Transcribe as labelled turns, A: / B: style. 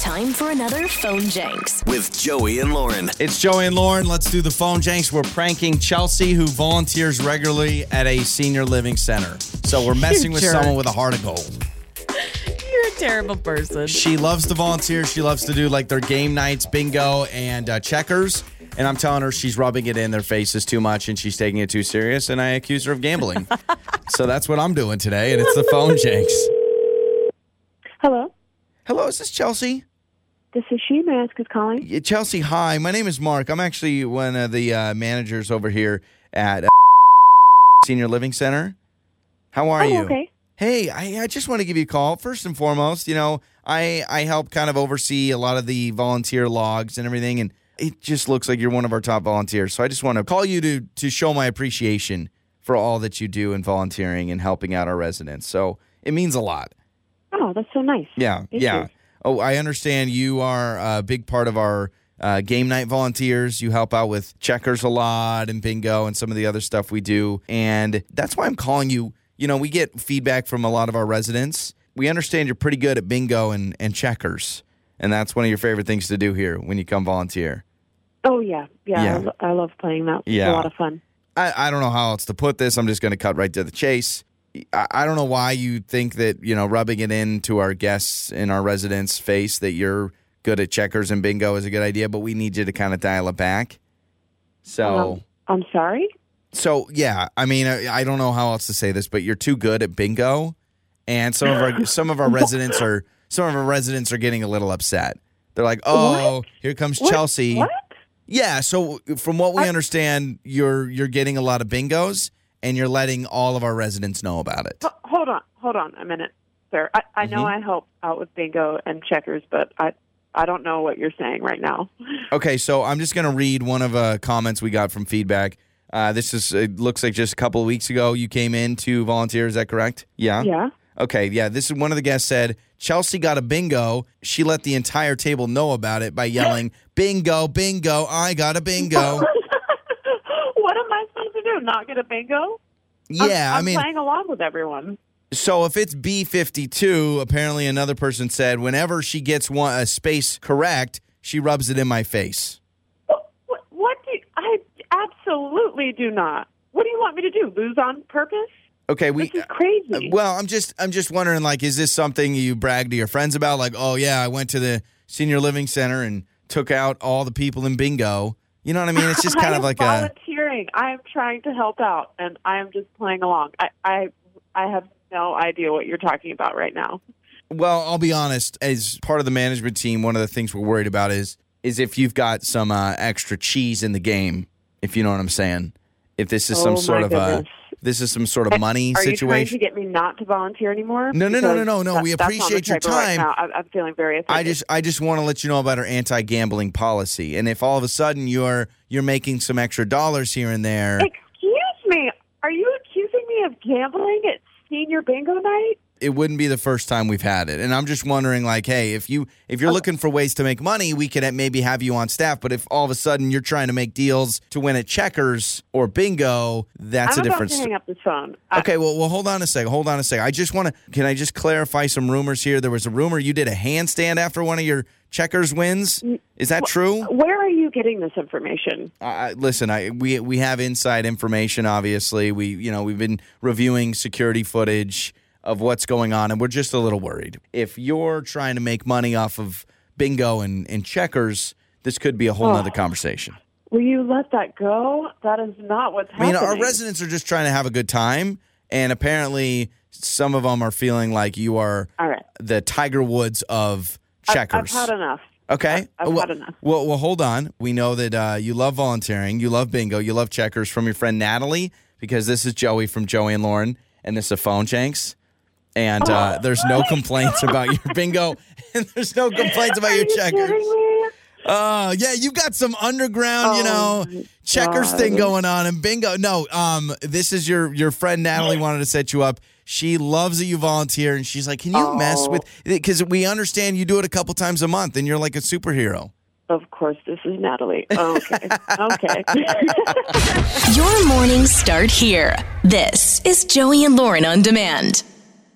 A: Time for another phone janks.
B: with Joey and Lauren.
C: It's Joey and Lauren. Let's do the phone janks. We're pranking Chelsea, who volunteers regularly at a senior living center. So we're messing with
D: jerk.
C: someone with a heart of gold.
D: You're a terrible person.
C: She loves to volunteer. She loves to do like their game nights, bingo, and uh, checkers. And I'm telling her she's rubbing it in their faces too much and she's taking it too serious. And I accuse her of gambling. so that's what I'm doing today. And it's the phone janks.
E: Hello,
C: Hello, is this Chelsea?
E: this is she. May I ask who's calling?
C: Yeah, Chelsea, hi. My name is Mark. I'm actually one of the uh, managers over here at uh, Senior Living Center. How are
E: Oh,
C: you?
E: okay.
C: Hey, I, I just want to give you a call. First and foremost, you know, I, I help kind of oversee a lot of the volunteer logs and everything, and it just looks like you're one of our top volunteers. So I just want to call you to, to show my appreciation for all that you do in volunteering and helping out our residents. So it means a lot.
E: Oh, that's so nice.
C: Yeah,
E: Thank
C: yeah.
E: you.
C: Oh, I understand you are a big part of our uh, game night volunteers. You help out with checkers a lot and bingo and some of the other stuff we do. And that's why I'm calling you. You know, we get feedback from a lot of our residents. We understand you're pretty good at bingo and, and checkers. And that's one of your favorite things to do here when you come volunteer.
E: Oh, yeah, yeah.
C: Yeah.
E: I, lo- I love playing that.
C: Yeah.
E: It's a lot of fun.
C: I, I don't know how else to put this. I'm just going to cut right to the chase. I, I don't know why you think that, you know, rubbing it into our guests and our residents' face that you're good at checkers and bingo is a good idea, but we need you to kind of dial it back. So,
E: Um, I'm sorry.
C: so yeah, I mean, I, I don't know how else to say this, but you're too good at bingo, and some of our some of our residents are some of our residents are getting a little upset. They're like, "Oh, here comes
E: What-
C: Chelsea."
E: What?
C: Yeah. So from what we understand, you're you're getting a lot of bingos, and you're letting all of our residents know about it.
E: H- hold on, hold on a minute, sir. I, I
C: Mm-hmm.
E: know I help out with bingo and checkers, but I I don't know what you're saying right now.
C: Okay. So I'm just gonna read one of uh, comments we got from feedback. Uh, this is it looks like just a couple of weeks ago you came in to volunteer. Is that correct? Yeah.
E: Yeah.
C: Okay. Yeah. This is one of the guests said Chelsea got a bingo. She let the entire table know about it by yelling bingo, bingo. I got a bingo.
E: what am I supposed to do? Not get a bingo? I'm-
C: Yeah.
E: I'm,
C: I mean,
E: playing along with everyone.
C: So if it's B fifty two, apparently another person said whenever she gets one a space correct, she rubs it in my face.
E: What, what, what do you, I absolutely do not? What do you want me to do? Lose on purpose?
C: Okay, we.
E: This is crazy.
C: uh, well, I'm just I'm just wondering like, is this something you brag to your friends about? Like, oh yeah, I went to the senior living center and took out all the people in bingo. You know what I mean? It's just kind
E: I
C: of
E: am
C: like a.
E: volunteering. I am trying to help out, and I am just playing along. I, I, I have no idea what you're talking about right now.
C: Well, I'll be honest. As part of the management team, one of the things we're worried about is is if you've got some uh, extra cheese in the game, if you know what I'm saying. If this is
E: Oh,
C: some
E: my
C: sort of uh
E: goodness.
C: this is some sort of money
E: Are you trying to
C: situation.
E: get me not to volunteer anymore?
C: No, no, no,
E: Because
C: no, no, no.
E: that-
C: We
E: that's on the
C: appreciate your
E: table Right
C: time.
E: now. I, I'm feeling very offended.
C: I just I just want to let you know about our anti-gambling policy. And if all of a sudden you're you're making some extra dollars here and there,
E: Excuse me. Are you accusing me of gambling at senior bingo night?
C: it wouldn't be the first time we've had it. And I'm just wondering like, hey, if you if
E: Oh.
C: you're looking for ways to make money, we could maybe have you on staff, but if all of a sudden you're trying to make deals to win at checkers or bingo, that's
E: I'm
C: a
E: about
C: different
E: to
C: story.
E: hang up this phone. Uh, I-
C: Okay, well, well, hold on a second. Hold on a second. I just want to. Can I just clarify some rumors here? There was a rumor you did a handstand after one of your checkers wins.
E: Mm,
C: Is that true?
E: where are you getting this information?
C: I, I- listen, I we we have inside information. Obviously, we you know we've been reviewing security footage of what's going on, and we're just a little worried. If you're trying to make money off of bingo and, and checkers, this could be a whole
E: Oh,
C: nother conversation.
E: Will you let that go? That is not what's
C: I mean,
E: happening.
C: our residents are just trying to have a good time, and apparently, some of them are feeling like you are
E: All right.
C: the Tiger Woods of checkers.
E: I've had enough.
C: Okay.
E: I've
C: well,
E: had enough.
C: Well, well, hold on. We know that uh, you love volunteering, you love bingo, you love checkers from your friend Natalie, because this is Joey from Joey and Lauren, and this is Phone Janks. And uh, there's no complaints about your bingo, and there's no complaints about
E: Oh. Are
C: your
E: you
C: checkers.
E: kidding me?
C: Oh, yeah, you've got some underground, you
E: Oh,
C: know, checkers
E: God.
C: thing going on, and bingo. No, um, this is your your friend Natalie wanted to set you up. She loves that you volunteer, and she's like, "Can you mess
E: Oh.
C: with?" Because we understand you do it a couple times a month, and you're like a superhero.
E: Of course, this is Natalie. Oh, Okay. okay.
A: Your mornings start here. This is Joey and Lauren on demand.